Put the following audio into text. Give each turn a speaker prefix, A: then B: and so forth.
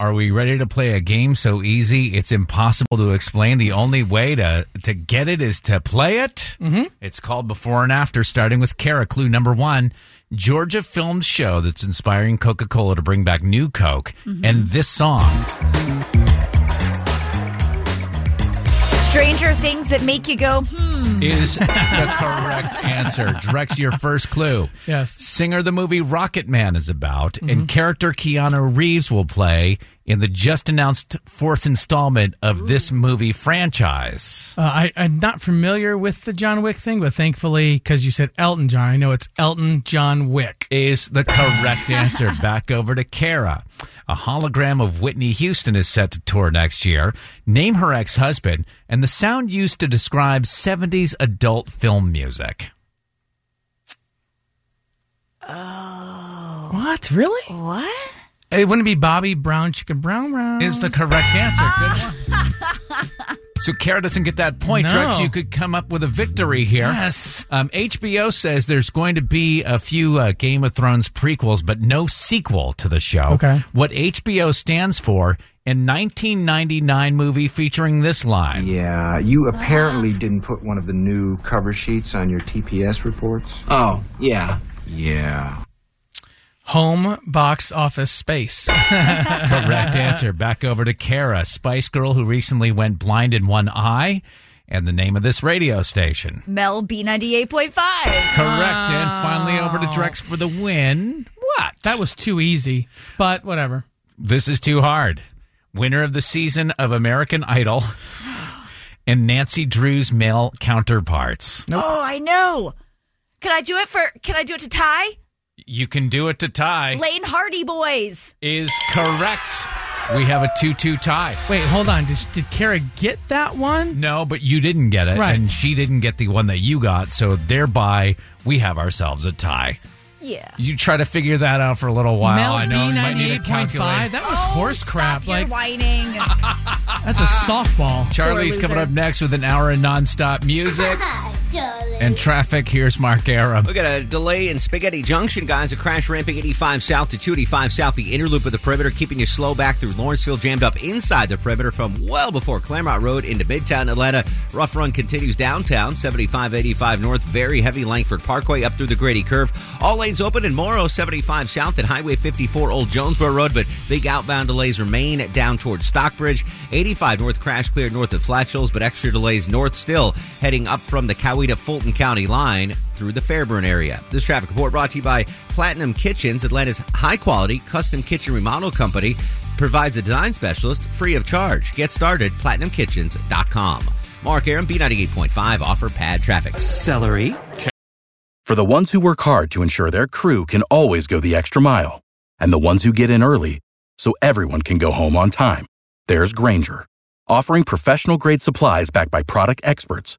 A: Are we ready to play a game so easy it's impossible to explain? The only way to, to get it is to play it. Mm-hmm. It's called Before and After, starting with Kara. Clue number one Georgia filmed show that's inspiring Coca Cola to bring back new Coke and this song.
B: Stranger things that make you go, hmm.
A: is the correct answer. Direct to your first clue.
C: Yes.
A: Singer the movie Rocket Man is about, and character Keanu Reeves will play in the just announced fourth installment of this movie franchise.
C: Uh, I, I'm not familiar with the John Wick thing, but thankfully, because you said Elton John, I know it's Elton John Wick.
A: Is the correct answer. Back over to Kara. A hologram of Whitney Houston is set to tour next year. Name her ex husband, and the sound used to describe 70s adult film music.
C: What? Really?
B: What?
C: It wouldn't be Bobby Brown Chicken Brown Brown.
A: is the correct answer. Good one. So Kara doesn't get that point.
C: No.
A: Drex, you could come up with a victory here.
C: Yes.
A: Um, HBO says there's going to be a few uh, Game of Thrones prequels, but no sequel to the show.
C: Okay.
A: What HBO stands for in 1999 movie featuring this line.
D: Yeah, you apparently didn't put one of the new cover sheets on your TPS reports.
E: Oh, yeah.
D: Yeah.
C: Home box office space.
A: Correct answer. Back over to Kara, Spice Girl, who recently went blind in one eye, and the name of this radio station.
B: Mel B98.5.
A: Correct. And finally over to Drex for the win. What?
C: that was too easy, but whatever.
A: This is too hard. Winner of the season of American Idol and Nancy Drew's male counterparts.
B: Oh, I know. Can I do it for, can I do it to tie?
A: You can do it to tie
B: Lane Hardy Boys.
A: is correct. We have a 2-2 tie.
C: Wait, hold on. Did, did Kara get that one?
A: No, but you didn't get it
C: Right.
A: and she didn't get the one that you got, so thereby we have ourselves a tie.
B: Yeah.
A: You try to figure that out for a little while.
C: Mel
A: I know you might need to
C: 98.5.
A: calculate.
C: That was horse crap.
B: Oh, Stop your
C: Like
B: whining.
C: that's a softball.
A: Charlie's
B: Sore
A: coming
B: loser.
A: up next with an hour of nonstop music and traffic. Here's Mark Aram.
E: We got a delay in Spaghetti Junction, guys. A crash ramping 85 south to 285 south. The inner loop of the perimeter keeping you slow back through Lawrenceville, jammed up inside the perimeter from well before Claremont Road into Midtown Atlanta. Rough run continues downtown 75 85 north. Very heavy Langford Parkway up through the Grady Curve. All lanes open in Morrow 75 south at Highway 54 Old Jonesboro Road, but big outbound delays remain down towards Stockbridge. 85 north crash cleared north of Flatshills, but extra delays north still heading up from the Cowie to Fulton County line through the Fairburn area. This traffic report brought to you by Platinum Kitchens, Atlanta's high quality custom kitchen remodel company, provides a design specialist free of charge. Get started, platinumkitchens.com. Mark Aaron, B98.5, offer pad traffic.
F: Celery.
G: For the ones who work hard to ensure their crew can always go the extra mile, and the ones who get in early so everyone can go home on time, there's Granger, offering professional grade supplies backed by product experts